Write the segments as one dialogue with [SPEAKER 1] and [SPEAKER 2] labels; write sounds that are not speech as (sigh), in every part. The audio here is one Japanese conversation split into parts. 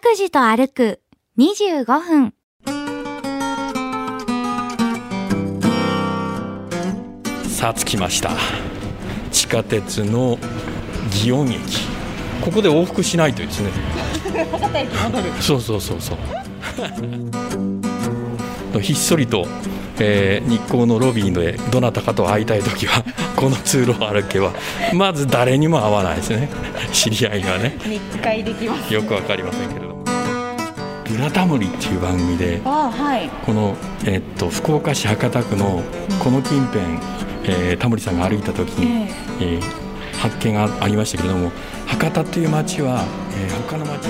[SPEAKER 1] くじと歩く25分。
[SPEAKER 2] さあ着きました地下鉄の祇園駅ここで往復しないと
[SPEAKER 3] (laughs)
[SPEAKER 2] ですねそうそうそうそうひっそりと、えー日光のロビーでどなたかと会いたい時は (laughs) この通路を歩けばまず誰にも会わないですね (laughs) 知り合いがね
[SPEAKER 3] 密会できます
[SPEAKER 2] よくわかりませんけれども「ブラタモリ」っていう番組で
[SPEAKER 3] ああはい
[SPEAKER 2] この、えっと福岡市博多区のこの近辺、えータモリさんが歩いた時に、えー発見がありましたけれども博多という町は、えー他の町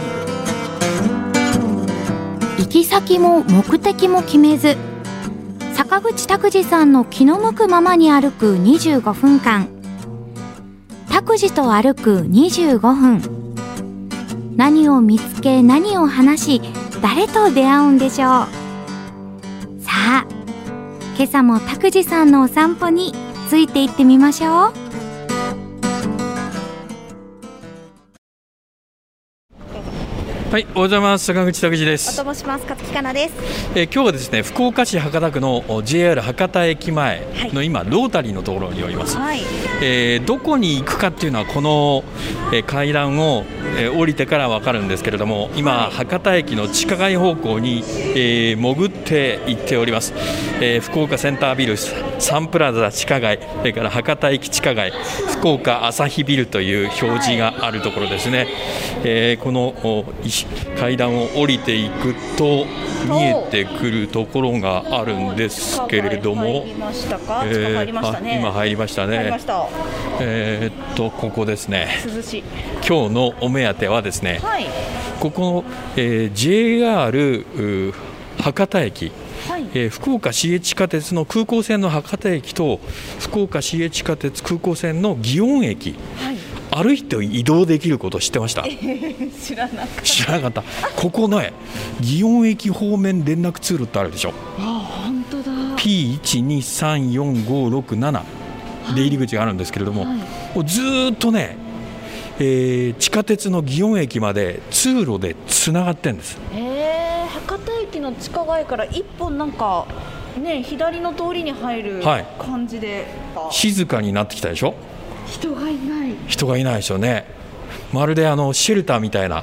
[SPEAKER 2] に
[SPEAKER 1] 行き先も目的も決めず坂口拓司さんの気の向くままに歩く25分間拓司と歩く25分何を見つけ何を話し誰と出会うんでしょうさあ今朝も拓司さんのお散歩についていってみましょう
[SPEAKER 2] はいおはようございます坂口拓司で
[SPEAKER 3] お
[SPEAKER 2] す
[SPEAKER 3] と、申します勝木かなです
[SPEAKER 2] えー今日はですね福岡市博多区のお JR 博多駅前の今、ロータリーのところにおります、
[SPEAKER 3] はい
[SPEAKER 2] えーどこに行くかっていうのはこの、えー階段を、えー降りてから分かるんですけれども今、博多駅の地下街方向に、えー潜って行っております、えー福岡センタービルサンプラザ地下街それから博多駅地下街福岡朝日ビルという表示があるところですね、えーこのお石階段を降りていくと見えてくるところがあるんですけれど
[SPEAKER 3] 地下
[SPEAKER 2] も
[SPEAKER 3] 街入り。ましたか
[SPEAKER 2] え
[SPEAKER 3] 地下
[SPEAKER 2] ー
[SPEAKER 3] 入りました
[SPEAKER 2] あ
[SPEAKER 3] ね
[SPEAKER 2] 今入りましたね。
[SPEAKER 3] 入りました
[SPEAKER 2] えーっとここですね
[SPEAKER 3] 涼しい
[SPEAKER 2] 今日のお目当てはですね
[SPEAKER 3] はい
[SPEAKER 2] ここの、えー JR うー博多駅、
[SPEAKER 3] はい
[SPEAKER 2] えー福岡市営地下鉄の空港線の博多駅と福岡市営地下鉄空港線の祇園駅
[SPEAKER 3] は
[SPEAKER 2] 歩いて移動できること知ってました
[SPEAKER 3] い知らなかった
[SPEAKER 2] 知らなかったここね祇園駅方面連絡通路ってあるでしょ
[SPEAKER 3] 本当だ
[SPEAKER 2] P123456 で入り口があるんですけれども、もうずーっとね、えー地下鉄の祇園駅まで通路でつながってんです
[SPEAKER 3] へえ博多駅の地下街から一本なんかね左の通りに入る
[SPEAKER 2] はい
[SPEAKER 3] 感じで、
[SPEAKER 2] 静かになってきたでしょ
[SPEAKER 3] 人がいない
[SPEAKER 2] 人がいないですよねまるであのシェルターみたいな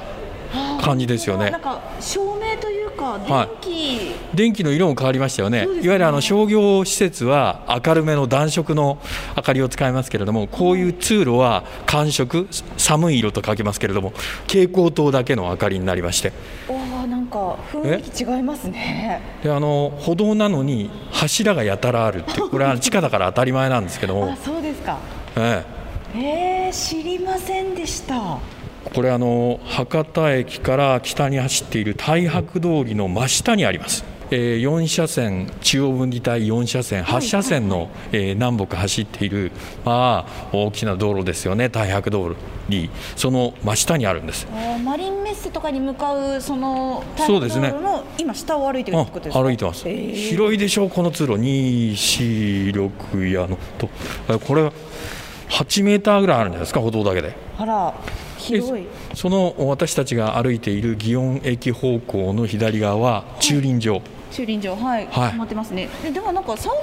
[SPEAKER 2] 感じですよね
[SPEAKER 3] なんか照明というか
[SPEAKER 2] は
[SPEAKER 3] 電
[SPEAKER 2] い
[SPEAKER 3] 気、
[SPEAKER 2] 電気の色も変わりましたよね
[SPEAKER 3] そうですね
[SPEAKER 2] いわゆるあの商業施設は明るめの暖色の明かりを使いますけれどもこういう通路は寒色寒い色と書きますけれども蛍光灯だけの明かりになりまして
[SPEAKER 3] おーなんか雰囲気違いますね
[SPEAKER 2] であの歩道なのに柱がやたらあるっていうこれは地下だから当たり前なんですけども
[SPEAKER 3] (laughs) あ、そうですか
[SPEAKER 2] え
[SPEAKER 3] えー、知りませんでした
[SPEAKER 2] え、これあの博多駅から北に走っている太白通りの真下にあります。えー、4車線中央分離帯4車線8車線の、えー南北走っている、まあ、大きな道路ですよね太白道路にその真下にあるんです
[SPEAKER 3] あーマリンメッセとかに向かうその
[SPEAKER 2] そうですね
[SPEAKER 3] 太平洋の今下を歩いてるってことですか
[SPEAKER 2] 歩いてます、
[SPEAKER 3] えー
[SPEAKER 2] 広いでしょうこの通路246やのとあこれ8メーターぐらいあるんじゃないですか歩道だけで
[SPEAKER 3] あら広い
[SPEAKER 2] でその私たちが歩いている祇園駅方向の左側は駐輪場、
[SPEAKER 3] 駐輪場はい、
[SPEAKER 2] はい
[SPEAKER 3] 止まってますねででもなんかそんな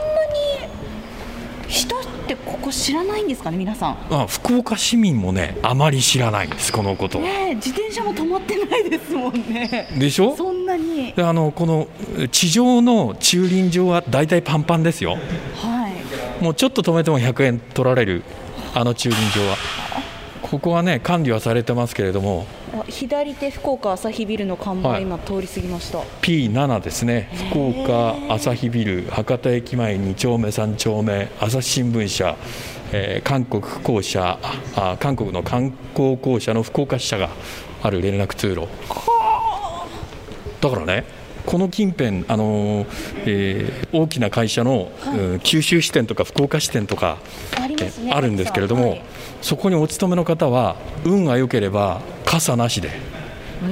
[SPEAKER 3] に下ってここ知らないんですかね皆さん
[SPEAKER 2] まあ、福岡市民もねあまり知らないんですこのことは
[SPEAKER 3] ねえ自転車も止まってないですもんね
[SPEAKER 2] でしょ
[SPEAKER 3] そんなに
[SPEAKER 2] であのこの地上の駐輪場は大体パンパンですよ
[SPEAKER 3] はい
[SPEAKER 2] もうちょっと止めても100円取られるあの駐輪場はここはね管理はされてますけれども
[SPEAKER 3] あ左手福岡朝日ビルの看板、
[SPEAKER 2] はい
[SPEAKER 3] 今通り過ぎました
[SPEAKER 2] P7 ですね福岡朝日ビル博多駅前2丁目3丁目朝日新聞社、えー韓国公社ああ韓国の観光公社の福岡支社がある連絡通路だからねこの近辺、あのーえー大きな会社の、うん九州支店とか福岡支店とか
[SPEAKER 3] ありますね
[SPEAKER 2] えあるんですけれども、
[SPEAKER 3] はい
[SPEAKER 2] そこにお勤めの方は運が良ければ傘なしで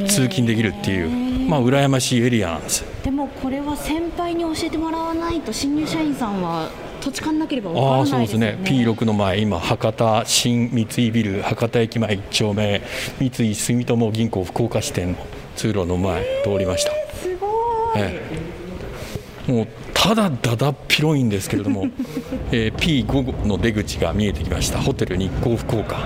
[SPEAKER 2] 通勤できるっていう、まあ羨ましいエリアなんです。
[SPEAKER 3] でもこれは先輩に教えてもらわないと新入社員さんは土地勘なければ分
[SPEAKER 2] ああ
[SPEAKER 3] か
[SPEAKER 2] ー
[SPEAKER 3] ら
[SPEAKER 2] そう
[SPEAKER 3] ない
[SPEAKER 2] で
[SPEAKER 3] ですすよ
[SPEAKER 2] ね
[SPEAKER 3] ね。
[SPEAKER 2] P6 の前今博多新三井ビル博多駅前1丁目三井住友銀行福岡支店の通路の前通りました、
[SPEAKER 3] すごい、
[SPEAKER 2] ええもうただだだっ広いんですけれども、 (laughs) えー P5 の出口が見えてきましたホテル日光福岡は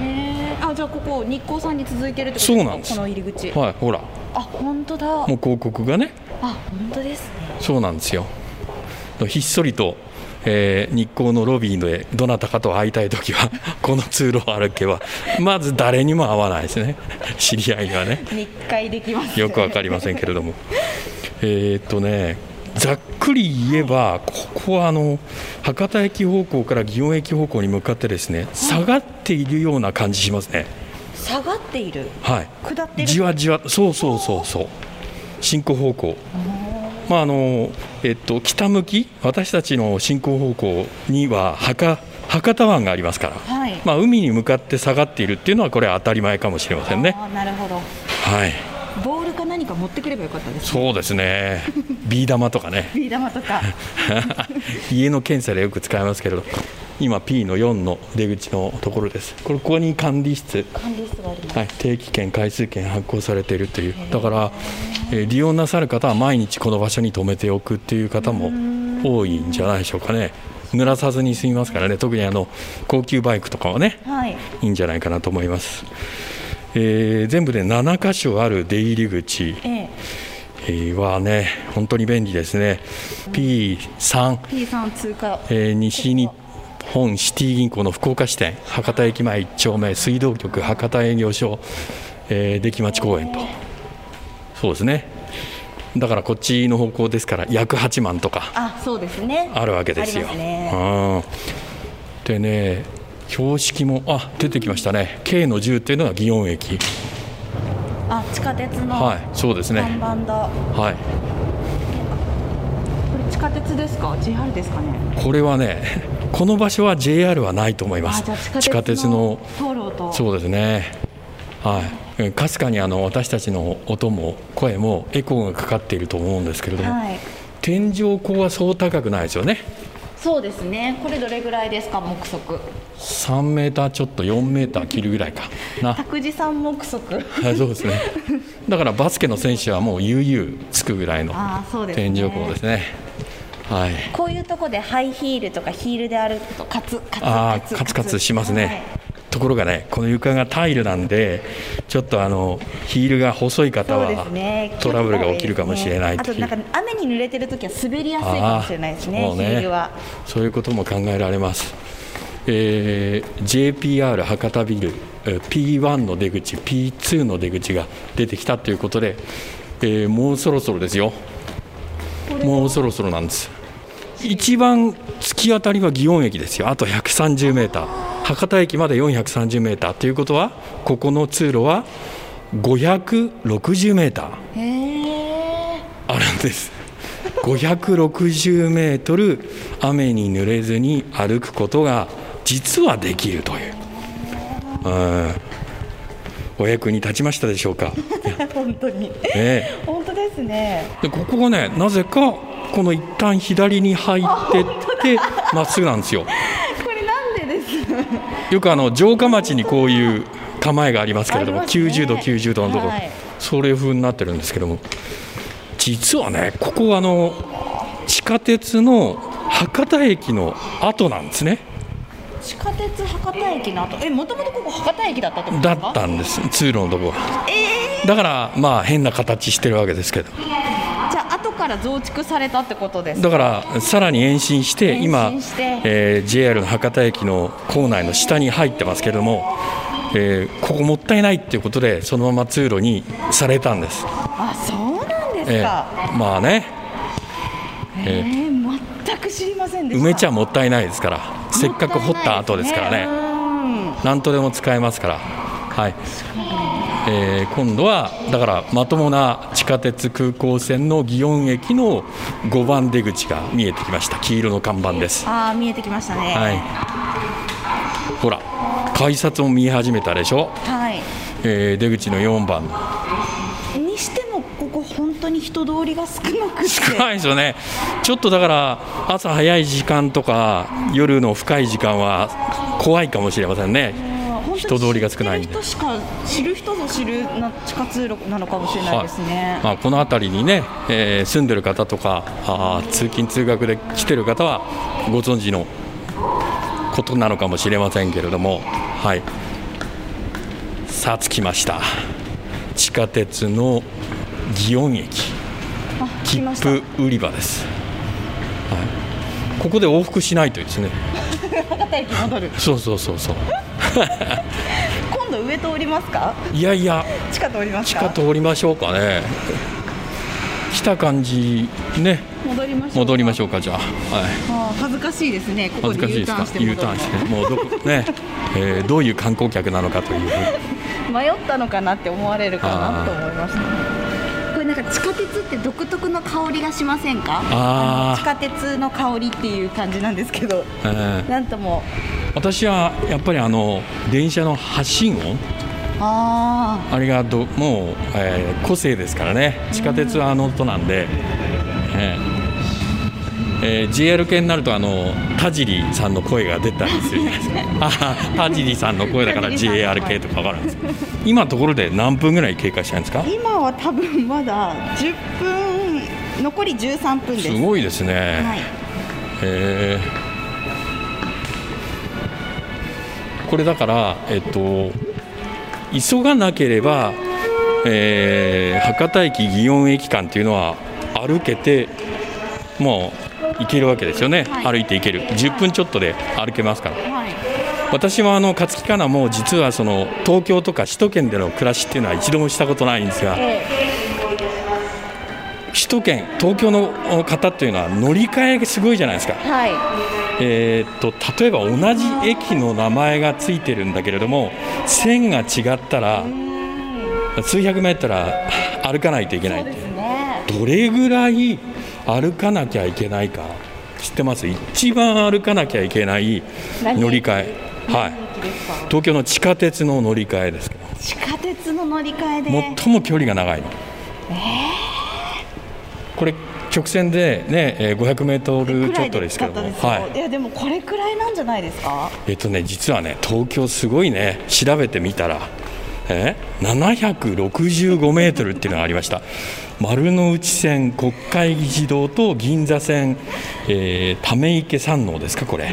[SPEAKER 3] えーあじゃあここ日光さんに続いてるってこと
[SPEAKER 2] そうなんです
[SPEAKER 3] この入り口、
[SPEAKER 2] いほら
[SPEAKER 3] あ本当だ
[SPEAKER 2] もう広告がね
[SPEAKER 3] あ本当ですね
[SPEAKER 2] そうなんですよひっそりと、えー日光のロビーでどなたかと会いたい時は (laughs) この通路を歩けばまず誰にも会わないですね (laughs) 知り合いがね
[SPEAKER 3] 日会できます
[SPEAKER 2] よくわかりませんけれども。えーっとねざっくり言えば、ここはあの博多駅方向から祇園駅方向に向かってですね下がっているような感じしますね、
[SPEAKER 3] 下がっている
[SPEAKER 2] はい、
[SPEAKER 3] 下ってる
[SPEAKER 2] じわじわ、そうそうそうそう、進行方向、まああのえっと、北向き、私たちの進行方向には博博多湾がありますから、
[SPEAKER 3] はい
[SPEAKER 2] まあ、海に向かって下がっているっていうのは、これは当たり前かもしれませんね。
[SPEAKER 3] あーなるほど
[SPEAKER 2] はい
[SPEAKER 3] ボールか何か持ってくればよかったですね
[SPEAKER 2] そうですね、ビー玉とかね、
[SPEAKER 3] ビー玉と (laughs) か
[SPEAKER 2] 家の検査でよく使いますけれど、今、P の4の出口のところです、これ、ここに管理室、
[SPEAKER 3] 管理室があります
[SPEAKER 2] はい、定期券、回数券発行されているという、だから、えー利用なさる方は毎日この場所に止めておくっていう方も多いんじゃないでしょうかね、濡らさずに済みますからね、特にあの高級バイクとかはね、
[SPEAKER 3] はい
[SPEAKER 2] いいんじゃないかなと思います。えー全部で7箇所ある出入り口
[SPEAKER 3] ええ
[SPEAKER 2] えーはね、本当に便利ですね、P3、
[SPEAKER 3] P さん通過
[SPEAKER 2] えー西日本シティ銀行の福岡支店、博多駅前1丁目、水道局博多営業所、えー出来町公園と、そうですね、だからこっちの方向ですから、約8万とか
[SPEAKER 3] あそうですね
[SPEAKER 2] あるわけですよ。
[SPEAKER 3] ありますね
[SPEAKER 2] うんでね、標識も、あ出てきましたね、K の10というのが祇園駅、
[SPEAKER 3] あ地下鉄の
[SPEAKER 2] はい、そうです
[SPEAKER 3] 看
[SPEAKER 2] ね。
[SPEAKER 3] 板だ、
[SPEAKER 2] はい
[SPEAKER 3] これ地下鉄ですか JR ですかね
[SPEAKER 2] これはね、この場所は JR はないと思いま
[SPEAKER 3] あ
[SPEAKER 2] す
[SPEAKER 3] じゃあ地下。
[SPEAKER 2] 地下鉄の
[SPEAKER 3] 通路と
[SPEAKER 2] そうですね。はいうん。かすかにあの私たちの音も声もエコーがかかっていると思うんですけれども、
[SPEAKER 3] はい
[SPEAKER 2] 天井高はそう高くないですよね。
[SPEAKER 3] そうですねこれどれぐらいですか目測
[SPEAKER 2] 3メーターちょっと4メーター切るぐらいかな。
[SPEAKER 3] (laughs) 拓司さん目
[SPEAKER 2] (laughs)
[SPEAKER 3] 測
[SPEAKER 2] はいそうですね。だからバスケの選手はもう悠々つくぐらいの
[SPEAKER 3] あーそうですね
[SPEAKER 2] 天井高ですね。はい。
[SPEAKER 3] こういうとこでハイヒールとかヒールで歩くとカツカツ
[SPEAKER 2] あーカツカツしますね、ところがねこの床がタイルなんでちょっとあのヒールが細い方
[SPEAKER 3] そうで
[SPEAKER 2] は
[SPEAKER 3] すね
[SPEAKER 2] トラブルが起きるかもしれない
[SPEAKER 3] あ
[SPEAKER 2] って
[SPEAKER 3] と
[SPEAKER 2] いう
[SPEAKER 3] なんか雨に濡れてる時は滑りやすいかもしれないですね
[SPEAKER 2] あーもう
[SPEAKER 3] ヒールは (laughs)
[SPEAKER 2] そういうことも考えられます、えー JPR 博多ビルえー P1 の出口 P2 の出口が出てきたということで、えーもうそろそろですよもうそろそろなんです一番突き当たりは祇園駅ですよあと130メーター博多駅まで430メーターということはここの通路は560メーター
[SPEAKER 3] へえ
[SPEAKER 2] あるんです560メートル雨に濡れずに歩くことが実はできるという、うん、お役に立ちましたでしょうか、ね
[SPEAKER 3] 本当に
[SPEAKER 2] え
[SPEAKER 3] 本当で
[SPEAKER 2] (laughs)
[SPEAKER 3] すね
[SPEAKER 2] でここがねなぜかこの一旦左に入ってってまっすぐなんですよ
[SPEAKER 3] これなんでです
[SPEAKER 2] よくあの城下町にこういう構えがありますけれども、
[SPEAKER 3] ありますね
[SPEAKER 2] 90度90度のところ、
[SPEAKER 3] はい
[SPEAKER 2] それ風になってるんですけども実はねここはあの地下鉄の博多駅の後なんですね
[SPEAKER 3] 地下鉄博多駅の後えもともとここ博多駅だったってこと
[SPEAKER 2] だ
[SPEAKER 3] です
[SPEAKER 2] っ
[SPEAKER 3] か
[SPEAKER 2] たんです通路のところが、だからまあ変な形してるわけですけど
[SPEAKER 3] じゃあ後から増築されたってことです
[SPEAKER 2] だからさらに延伸して今
[SPEAKER 3] 延伸して
[SPEAKER 2] えー JR の博多駅の構内の下に入ってますけれども、えーここもったいないっていうことでそのまま通路にされたんです
[SPEAKER 3] あそうなんです
[SPEAKER 2] え
[SPEAKER 3] か
[SPEAKER 2] えまあね、え
[SPEAKER 3] え
[SPEAKER 2] え
[SPEAKER 3] ー全く知りませんでした
[SPEAKER 2] 梅ちゃもったいないですから、せっかく掘った後ですからね、
[SPEAKER 3] もったいないですね
[SPEAKER 2] なんとでも使えますから、はいえー今度はだからまともな地下鉄空港線の祇園駅の5番出口が見えてきました、黄色の看板です
[SPEAKER 3] うん。ああ見えてきましたね
[SPEAKER 2] はい、ほら、改札も見え始めたでしょ、
[SPEAKER 3] はい
[SPEAKER 2] えー出口の4番、
[SPEAKER 3] にしてもここ本当に人通りが少なくて
[SPEAKER 2] 少ないですよね、ちょっとだから、朝早い時間とか、夜の深い時間は怖いかもしれませんね、
[SPEAKER 3] 本当に
[SPEAKER 2] 人通りが少ないん
[SPEAKER 3] 知
[SPEAKER 2] で
[SPEAKER 3] ってる人しか知る人ぞ知るな地下通路なのかもしれないですね。
[SPEAKER 2] まあ、この辺りにね、えー住んでる方とかあー通勤通学で来てる方はご存知のことなのかもしれませんけれども、はい、さあ着きました地下鉄の祇園駅
[SPEAKER 3] あ、来
[SPEAKER 2] 切
[SPEAKER 3] ました。
[SPEAKER 2] 符売り場です、はい、ここで往復しないとですね
[SPEAKER 3] 博多駅戻る。
[SPEAKER 2] そうそうそうそう
[SPEAKER 3] 今度上通りますか？
[SPEAKER 2] いやいや
[SPEAKER 3] 地下通ります
[SPEAKER 2] 地
[SPEAKER 3] か？
[SPEAKER 2] 下通りましょうかね来た感じね
[SPEAKER 3] 戻りましょう。
[SPEAKER 2] 戻りま
[SPEAKER 3] し
[SPEAKER 2] しょうかじゃあはい
[SPEAKER 3] ょう。恥ずかしいですね。ここ
[SPEAKER 2] 恥ずか
[SPEAKER 3] で
[SPEAKER 2] しい
[SPEAKER 3] U
[SPEAKER 2] です
[SPEAKER 3] タ
[SPEAKER 2] か
[SPEAKER 3] ーンして戻
[SPEAKER 2] U
[SPEAKER 3] るの
[SPEAKER 2] ターンしてもうどこね、えーどういう観光客なのかという
[SPEAKER 3] 迷ったのかなって思われるかなと思いました。これなんか地下鉄って独特の香りがしませんか？
[SPEAKER 2] あー
[SPEAKER 3] 地下鉄の香りっていう感じなんですけど、
[SPEAKER 2] えー
[SPEAKER 3] なんとも
[SPEAKER 2] 私はやっぱりあの電車の発信音
[SPEAKER 3] あ
[SPEAKER 2] あれがどもう、えー個性ですからね地下鉄はあの音なんで、えーえー JR 系になるとあの田尻さんの声が出たりするじゃないです
[SPEAKER 3] (laughs)
[SPEAKER 2] かあー田尻さんの声だから
[SPEAKER 3] 田尻さん
[SPEAKER 2] JR
[SPEAKER 3] の声
[SPEAKER 2] 系とか分かるんですけど今ところで何分ぐらい経過したんですか
[SPEAKER 3] ー今は多分まだ10分残り13分です
[SPEAKER 2] すごいですね、
[SPEAKER 3] はい、
[SPEAKER 2] へえこれだからえっと急がなければ、えー博多駅祇園駅間っていうのは歩けてもう行けるわけですよね、
[SPEAKER 3] はい
[SPEAKER 2] 歩いて行ける10分ちょっとで歩けますから
[SPEAKER 3] はい、
[SPEAKER 2] 私はあの勝木かなも実はその東京とか首都圏での暮らしっていうのは一度もしたことないんですが、
[SPEAKER 3] え
[SPEAKER 2] 首都圏東京の方っていうのは乗り換えがすごいじゃないですか
[SPEAKER 3] えはい
[SPEAKER 2] えーっと例えば同じ駅の名前がついてるんだけれども線が違ったら数百メートルは歩かないといけな
[SPEAKER 3] そ
[SPEAKER 2] いうって
[SPEAKER 3] ですね
[SPEAKER 2] どれぐらい歩かなきゃいけないか知ってます一番歩かなきゃいけない
[SPEAKER 3] 何
[SPEAKER 2] 乗り換え、はい、
[SPEAKER 3] 駅ですか
[SPEAKER 2] 東京の地下鉄の乗り換えですけど
[SPEAKER 3] 地下鉄の乗り換えで
[SPEAKER 2] 最も距離が長いの、これ直線で、ね、えー500メートル
[SPEAKER 3] く
[SPEAKER 2] ちょ
[SPEAKER 3] ら
[SPEAKER 2] っ
[SPEAKER 3] い
[SPEAKER 2] と
[SPEAKER 3] で
[SPEAKER 2] です
[SPEAKER 3] 使
[SPEAKER 2] け
[SPEAKER 3] っ
[SPEAKER 2] ど
[SPEAKER 3] た
[SPEAKER 2] も、
[SPEAKER 3] ですよ、い、やでもこれくらいなんじゃないですか
[SPEAKER 2] えっとね、実はね、東京すごいね、調べてみたら、え765メートルっていうのがありました。丸の内線、国会議事堂と銀座線、えー、ため池山王ですか、これ。は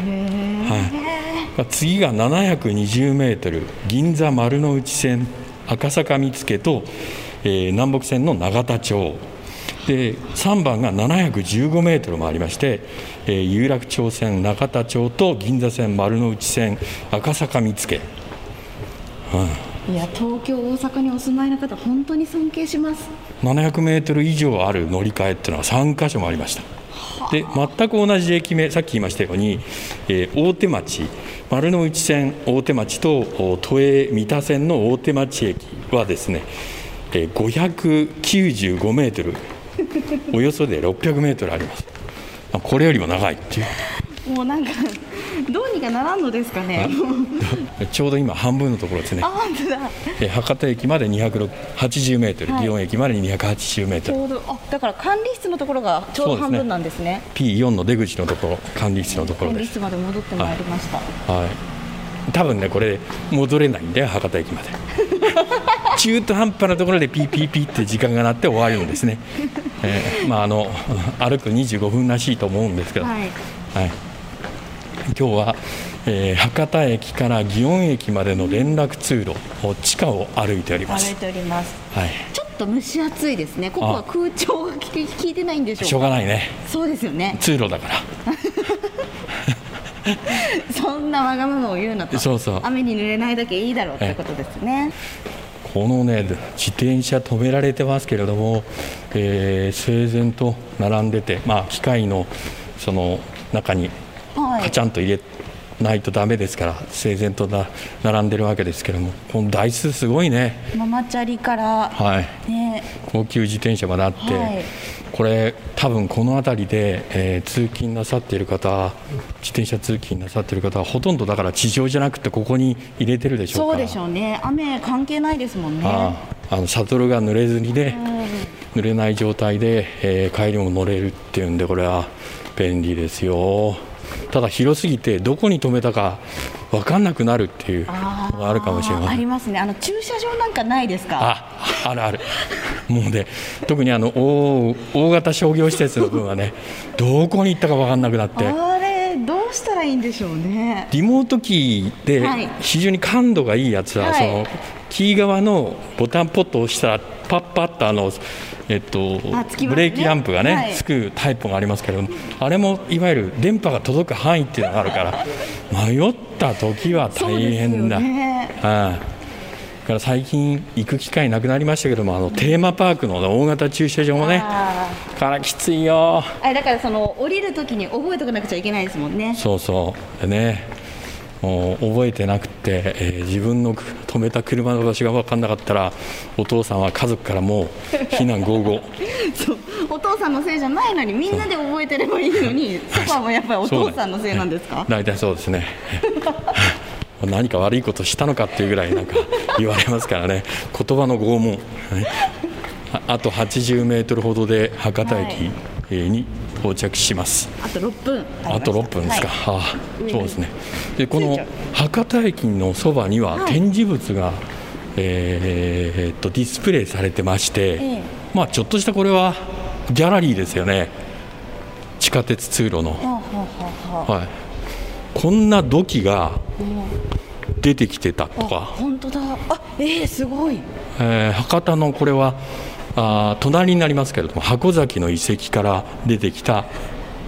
[SPEAKER 2] い、次が720メートル、銀座丸の内線、赤坂見附と、えー南北線の永田町。で3番が715メートルもありまして、えー有楽町線、中田町と銀座線、丸の内線、赤坂見附、
[SPEAKER 3] いや東京大阪にお住まいの方本当に尊敬します
[SPEAKER 2] 700メートル以上ある乗り換えっていうのは3箇所もありました。で全く同じ駅名、さっき言いましたように、えー大手町、丸の内線大手町とお都営三田線の大手町駅はですね、えー595メートル、およそで600メートルあります。まあこれよりも長いっていう。 (laughs)
[SPEAKER 3] もうなんか (laughs) どうにかならんのですかね
[SPEAKER 2] ちょうど今半分のところですね
[SPEAKER 3] あ。本当だ
[SPEAKER 2] えー博多駅まで280メートル、祇園駅まで280メート
[SPEAKER 3] ち
[SPEAKER 2] ル。
[SPEAKER 3] ょうどあだから管理室のところがちょうど半分なんですね
[SPEAKER 2] P4 の出口のところ、管理室のところ
[SPEAKER 3] 管
[SPEAKER 2] で
[SPEAKER 3] 理
[SPEAKER 2] す。
[SPEAKER 3] 室まで戻ってまいりました、
[SPEAKER 2] はい。多分ねこれ戻れないんだよ博多駅まで。中途半端なところでピーピーピーって時間が鳴って終わるんですね。えーまああの (laughs) 歩く25分らしいと思うんですけど。
[SPEAKER 3] はい
[SPEAKER 2] はい、今日は、えー博多駅から祇園駅までの連絡通路を地下を歩いておりま
[SPEAKER 3] 歩い
[SPEAKER 2] す、
[SPEAKER 3] ております
[SPEAKER 2] はい、
[SPEAKER 3] ちょっと蒸し暑いですねここ
[SPEAKER 2] あ
[SPEAKER 3] は空調が (laughs) 効い効いてないんでし
[SPEAKER 2] しょ
[SPEAKER 3] ょう
[SPEAKER 2] う
[SPEAKER 3] か
[SPEAKER 2] がないね
[SPEAKER 3] そうですよね (laughs)
[SPEAKER 2] 通路だから
[SPEAKER 3] そんなわがままを言うなと
[SPEAKER 2] そうそう
[SPEAKER 3] 雨に濡れないだけいいだろうってことですね
[SPEAKER 2] このね自転車止められてますけれども、えー整然と並んでて、まあ、機械のその中に
[SPEAKER 3] はい
[SPEAKER 2] カチャンと入れないとダメですから整然とな並んでるわけですけどもこの台数すごいね
[SPEAKER 3] ママチャリから
[SPEAKER 2] はい
[SPEAKER 3] ね
[SPEAKER 2] 高級自転車まであって、
[SPEAKER 3] はい
[SPEAKER 2] これ多分この辺りで、えー通勤なさっている方自転車通勤なさっている方はほとんどだから地上じゃなくてここに入れてるでしょう
[SPEAKER 3] そ
[SPEAKER 2] か
[SPEAKER 3] うでしょうね雨関係ないですもんね
[SPEAKER 2] あああのシャトルが濡れずにね、濡れない状態で、えー帰りも乗れるっていうんでこれは便利ですよただ広すぎてどこに止めたか分かんなくなるっていうのがあるかもしれま
[SPEAKER 3] あ
[SPEAKER 2] せん
[SPEAKER 3] りますね。あの駐車場なんかないですか。
[SPEAKER 2] ああるある、もうね、特にあの大大型商業施設の分はね、どこに行ったか分かんなくなって、
[SPEAKER 3] あれどうしたらいいんでしょうね。
[SPEAKER 2] リモートキーで
[SPEAKER 3] はい
[SPEAKER 2] 非常に感度がいいやつは、
[SPEAKER 3] はい
[SPEAKER 2] そのキー側のボタンポッと押したら、パッパッとあの、えっと
[SPEAKER 3] あつきますね
[SPEAKER 2] ブレーキランプがね、
[SPEAKER 3] はい
[SPEAKER 2] つくタイプがありますけれども、あれもいわゆる電波が届く範囲っていうのがあるから、迷った時は
[SPEAKER 3] そう
[SPEAKER 2] 大
[SPEAKER 3] ですよ
[SPEAKER 2] 変だ。
[SPEAKER 3] ね。
[SPEAKER 2] はい、だから最近行く機会なくなりましたけどもあのテーマパークの大型駐車場もね
[SPEAKER 3] あ
[SPEAKER 2] からきついよ
[SPEAKER 3] ーあれだからその降りるときに覚えとかなくちゃいけないですも
[SPEAKER 2] (laughs)
[SPEAKER 3] んね。
[SPEAKER 2] そうそうでねもう覚えてなくて、えー自分のく止めた車の場所が分かんなかったらお父さんは家族からもう非難合々
[SPEAKER 3] そうお父さんのせいじゃないのにみんなで覚えてればいいのにそこはもうやっぱりお父さんのせいなんですか
[SPEAKER 2] 大体そうですね何か悪いことしたのかっていうぐらいなんか言われますからね言葉の拷問はいああと80メートルほどで博多駅えーに到着します、
[SPEAKER 3] あと6分
[SPEAKER 2] あと6分ですか、
[SPEAKER 3] はい
[SPEAKER 2] はあ
[SPEAKER 3] 上に
[SPEAKER 2] そうですねでこ
[SPEAKER 3] 着い
[SPEAKER 2] の
[SPEAKER 3] ちゃう
[SPEAKER 2] 博多駅のそばには
[SPEAKER 3] はい
[SPEAKER 2] 展示物が、えーえーっとディスプレイされてまして、
[SPEAKER 3] ええ
[SPEAKER 2] まあちょっとしたこれはギャラリーですよね地下鉄通路の、
[SPEAKER 3] はあはあはあは
[SPEAKER 2] はい、こんな土器が出てきてたと
[SPEAKER 3] ああ
[SPEAKER 2] か、
[SPEAKER 3] 本当だあえー、すごい
[SPEAKER 2] えー博多のこれはあー隣になりますけれども箱崎の遺跡から出てきた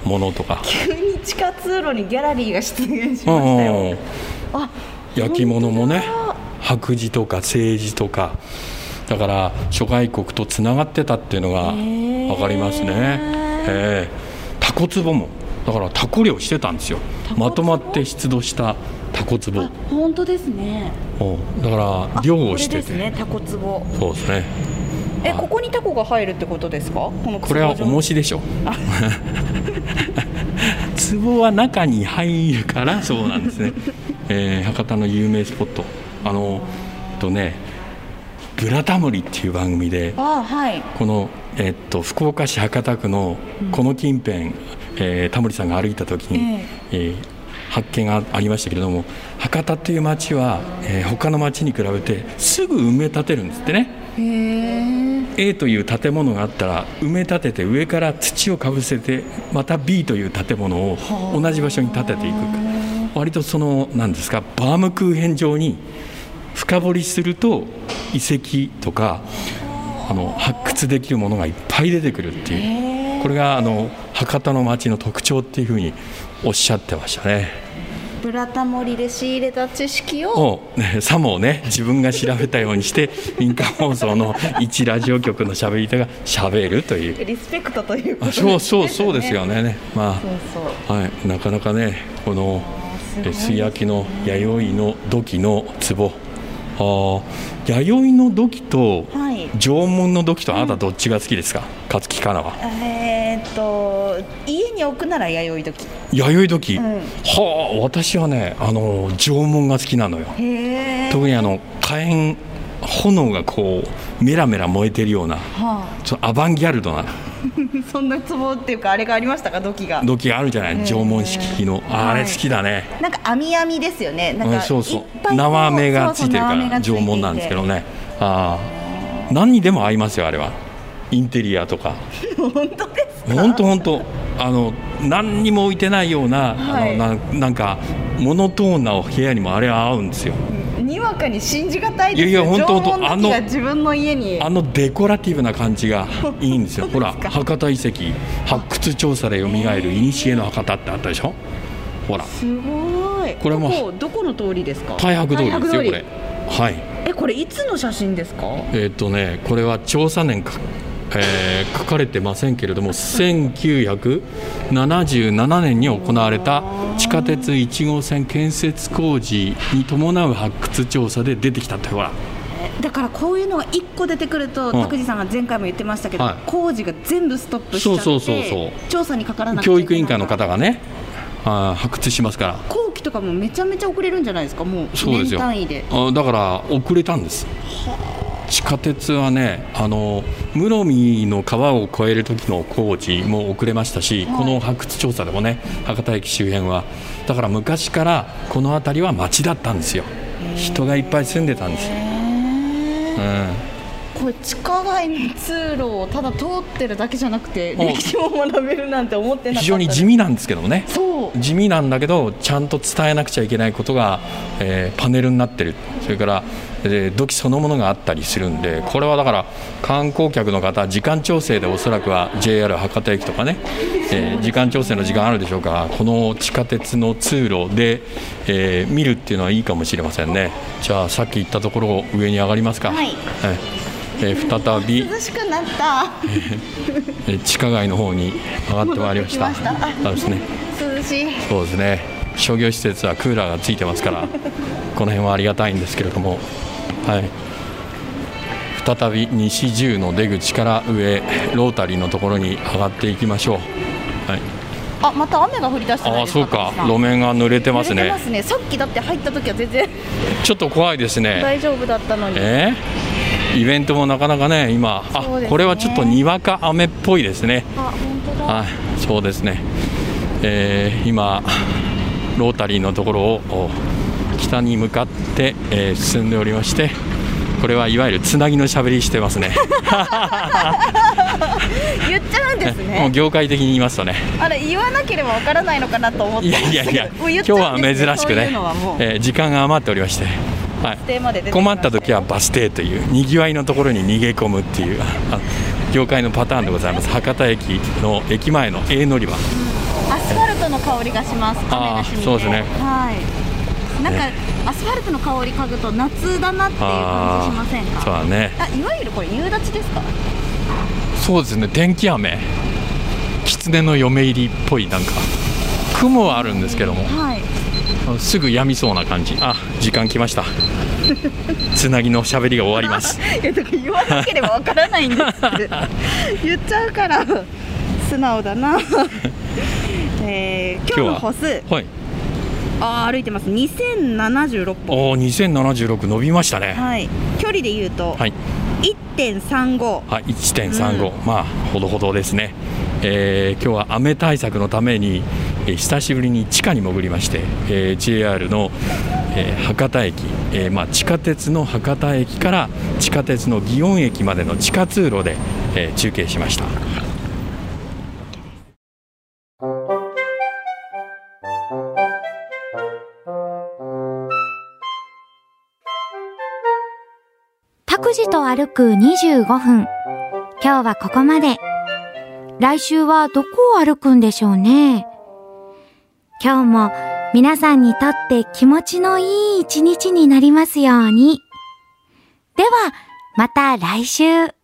[SPEAKER 2] ものとか、
[SPEAKER 3] 急に地下通路にギャラリーが出現し
[SPEAKER 2] う
[SPEAKER 3] ま
[SPEAKER 2] ん
[SPEAKER 3] し
[SPEAKER 2] う
[SPEAKER 3] た
[SPEAKER 2] んう
[SPEAKER 3] よ
[SPEAKER 2] ん
[SPEAKER 3] あ
[SPEAKER 2] 焼き物もね
[SPEAKER 3] 本
[SPEAKER 2] 白磁とか青磁とかだから諸外国とつながってたっていうのが
[SPEAKER 3] ー
[SPEAKER 2] 分かりますねええタコ壺もだからタコ漁してたんですよまとまって出土したタコ壺
[SPEAKER 3] 当だあ本当ですね
[SPEAKER 2] うんだから漁をして
[SPEAKER 3] あこれで
[SPEAKER 2] て
[SPEAKER 3] すねタコツボ
[SPEAKER 2] そうですね
[SPEAKER 3] え
[SPEAKER 2] はい
[SPEAKER 3] ここにタコが入るってことですかこの
[SPEAKER 2] これはおもしでしょ壺は中に入るからそうなんですね、えー博多の有名スポットあのえっとね「ブラタモリ」っていう番組で
[SPEAKER 3] あはい
[SPEAKER 2] この、えっと、福岡市博多区のこの近辺、えータモリさんが歩いた時に、えー発見がありましたけれども博多という町は、えー他の町に比べてすぐ埋め立てるんですってね。
[SPEAKER 3] へえ
[SPEAKER 2] A という建物があったら埋め立てて上から土をかぶせてまた B という建物を同じ場所に建てていく割とその何ですかバームクーヘン状に深掘りすると遺跡とかあの発掘できるものがいっぱい出てくるっていうこれがあの博多の町の特徴っていうふうにおっしゃってましたね。
[SPEAKER 3] ブラタモリで仕入れた知識を
[SPEAKER 2] を、ね、さもね自分が調べたようにして民間放送の一ラジオ局の喋り手が喋るという
[SPEAKER 3] リスペクトということ
[SPEAKER 2] あ
[SPEAKER 3] です
[SPEAKER 2] そうそうそうですよね。ま
[SPEAKER 3] そうそう
[SPEAKER 2] あはいなかなかねこの
[SPEAKER 3] すご
[SPEAKER 2] え
[SPEAKER 3] いですね
[SPEAKER 2] 素焼きの弥生の土器の壺あー弥生の土器と
[SPEAKER 3] はい
[SPEAKER 2] 縄文の土器とあなたどっちが好きですか勝木かなは
[SPEAKER 3] えーっと家に置くなら弥生時
[SPEAKER 2] 弥生土器、
[SPEAKER 3] うん
[SPEAKER 2] はあ私はねあの縄文が好きなのよ
[SPEAKER 3] へえ
[SPEAKER 2] 特にあの火炎炎がこうメラメラ燃えてるような
[SPEAKER 3] は
[SPEAKER 2] そのアバンギャルドな
[SPEAKER 3] あ、 (laughs) そんなツボっていうかあれがありましたか土器が
[SPEAKER 2] 土器があるじゃない縄文式のあれ
[SPEAKER 3] はい
[SPEAKER 2] 好きだね、
[SPEAKER 3] なんか網網ですよねなん
[SPEAKER 2] う
[SPEAKER 3] か
[SPEAKER 2] ん、そうそ
[SPEAKER 3] いっぱ
[SPEAKER 2] う
[SPEAKER 3] いこう
[SPEAKER 2] 縄目がついてるか
[SPEAKER 3] そうそう縄目
[SPEAKER 2] ら
[SPEAKER 3] がついて
[SPEAKER 2] 縄
[SPEAKER 3] いて
[SPEAKER 2] 文なんですけどねああ何にでも合いますよあれはインテリアとか
[SPEAKER 3] 本当ですか
[SPEAKER 2] 本当本当あの何にも置いてないような,、
[SPEAKER 3] はい
[SPEAKER 2] あのななんかモノトーンなお部屋にもあれは合うんですよ
[SPEAKER 3] にわかに信じがたいですよ
[SPEAKER 2] いやいや本当本当
[SPEAKER 3] 縄文土器
[SPEAKER 2] あ
[SPEAKER 3] が
[SPEAKER 2] の
[SPEAKER 3] 自分の家に
[SPEAKER 2] あのデコラティブな感じがいいんですよほら博多遺跡発掘調査で蘇る古の博多ってあったでしょほら
[SPEAKER 3] すごい
[SPEAKER 2] これも
[SPEAKER 3] どこどこの通りですか
[SPEAKER 2] 太白通りですよこれはい
[SPEAKER 3] えこれいつの写真ですか
[SPEAKER 2] えーっ、とねこれは調査年か、えー書かれてませんけれども1977年に行われた地下鉄1号線建設工事に伴う発掘調査で出てきたってほら
[SPEAKER 3] だからこういうのが1個出てくると、
[SPEAKER 2] うん
[SPEAKER 3] 拓司さんが前回も言ってましたけど、
[SPEAKER 2] はい
[SPEAKER 3] 工事が全部ストップしちゃって
[SPEAKER 2] そうそうそうそう
[SPEAKER 3] 調査にかからなくちゃ
[SPEAKER 2] 教
[SPEAKER 3] いけ
[SPEAKER 2] 育委
[SPEAKER 3] ない
[SPEAKER 2] 員会の方がねあー発掘しますから
[SPEAKER 3] 後期とかもめちゃめちゃ遅れるんじゃないですかもう
[SPEAKER 2] そうで
[SPEAKER 3] 年
[SPEAKER 2] すよ
[SPEAKER 3] 単位で
[SPEAKER 2] あだから遅れたんです地下鉄はねあの室見の川を越える時の工事も遅れましたし、この発掘調査でもね博多駅周辺はだから昔からこの辺りは町だったんですよ人がいっぱい住んでたんですよ、
[SPEAKER 3] これ地下街の通路をただ通ってるだけじゃなくて歴史も学べるなんて思って
[SPEAKER 2] う
[SPEAKER 3] なかった
[SPEAKER 2] ん、非常に地味
[SPEAKER 3] 味
[SPEAKER 2] なんですけどもね
[SPEAKER 3] そう
[SPEAKER 2] 地味なんだけどちゃんと伝えなくちゃいけないことが、えーパネルになってるそれから、えー土器そのものがあったりするんでこれはだから観光客の方時間調整でおそらくは JR 博多駅とかね、えー時間調整の時間あるでしょうからこの地下鉄の通路で、えー見るっていうのはいいかもしれませんねじゃあさっき言ったところを上に上がりますか、
[SPEAKER 3] はい
[SPEAKER 2] えー再び
[SPEAKER 3] 涼しくなった
[SPEAKER 2] えー地下街の方に上がってまいりました
[SPEAKER 3] 戻ってきました
[SPEAKER 2] そうですね
[SPEAKER 3] 涼しい
[SPEAKER 2] そうですね商業施設はクーラーがついてますから
[SPEAKER 3] (laughs)
[SPEAKER 2] この辺はありがたいんですけれども、はい、再び西十の出口から上ロータリーのところに上がっていきましょう、はい、
[SPEAKER 3] あまた雨が降り出してない
[SPEAKER 2] ああ
[SPEAKER 3] ですか
[SPEAKER 2] そうか
[SPEAKER 3] 高橋さん
[SPEAKER 2] 路面が濡れてます
[SPEAKER 3] 濡れて
[SPEAKER 2] ね
[SPEAKER 3] ますねさっきだって入った時は全然
[SPEAKER 2] ちょっと怖いですね
[SPEAKER 3] 大丈夫だったのに
[SPEAKER 2] えーイベントもなかなかね今あ
[SPEAKER 3] そうですね
[SPEAKER 2] これはちょっとにわか雨っぽいですね
[SPEAKER 3] あ本当だ
[SPEAKER 2] はい、そうですね、えー今、ロータリーのところをお北に向かって、えー進んでおりまして、これはいわゆるつなぎのしゃべりしてますね、
[SPEAKER 3] 言っちゃうんで
[SPEAKER 2] (laughs)
[SPEAKER 3] す
[SPEAKER 2] もう
[SPEAKER 3] ね
[SPEAKER 2] 業界的に言いますとね、
[SPEAKER 3] あれ言わなければわからないのかなと思って
[SPEAKER 2] いやいやいや、
[SPEAKER 3] もう
[SPEAKER 2] 今
[SPEAKER 3] 言
[SPEAKER 2] 日
[SPEAKER 3] っちゃう
[SPEAKER 2] は
[SPEAKER 3] んです
[SPEAKER 2] 珍しく
[SPEAKER 3] そういう
[SPEAKER 2] ね
[SPEAKER 3] のはもう、
[SPEAKER 2] えー時間が余っておりまして。は
[SPEAKER 3] 停まで出て
[SPEAKER 2] い、
[SPEAKER 3] きまし
[SPEAKER 2] 困っ
[SPEAKER 3] た
[SPEAKER 2] た時はバス停というにぎわいのところに逃げ込むっていうあ業界のパターンでございます博多駅の駅前の A 乗り場
[SPEAKER 3] アスファルトの香りがします。雨が染
[SPEAKER 2] あ
[SPEAKER 3] みて
[SPEAKER 2] ーそうですね
[SPEAKER 3] はい。なんか、アスファルトの香り嗅ぐと夏だなっていう感じしません
[SPEAKER 2] あーそう
[SPEAKER 3] か。
[SPEAKER 2] だね
[SPEAKER 3] あ、いわゆるこれ夕立ですか。
[SPEAKER 2] そうですね天気雨狐の嫁入りっぽいなんか雲はあるんですけども
[SPEAKER 3] はい。
[SPEAKER 2] すぐやみそうな感じあ時間来ましたつなぎのしゃべりが終わります
[SPEAKER 3] (laughs) え、だから言わなければわからないんです
[SPEAKER 2] (laughs)
[SPEAKER 3] って。言っちゃうから素直だ
[SPEAKER 2] (laughs)
[SPEAKER 3] な。えー、今日の歩数、
[SPEAKER 2] はい
[SPEAKER 3] あー歩いてます。2076歩。
[SPEAKER 2] おお2076伸びましたね
[SPEAKER 3] はい。距離で言うと
[SPEAKER 2] はい、
[SPEAKER 3] 1.35。
[SPEAKER 2] はい、1.35、まあほどほどですね、えー今日は雨対策のために、えー久しぶりに地下に潜りまして、えー JR の、えー博多駅、えーまあ、地下鉄の博多駅から地下鉄の祇園駅までの地下通路で、えー中継しました。
[SPEAKER 1] タクジと歩く25分。今日はここまで。来週はどこを歩くんでしょうね。今日も皆さんにとって気持ちのいい一日になりますように。では、また来週。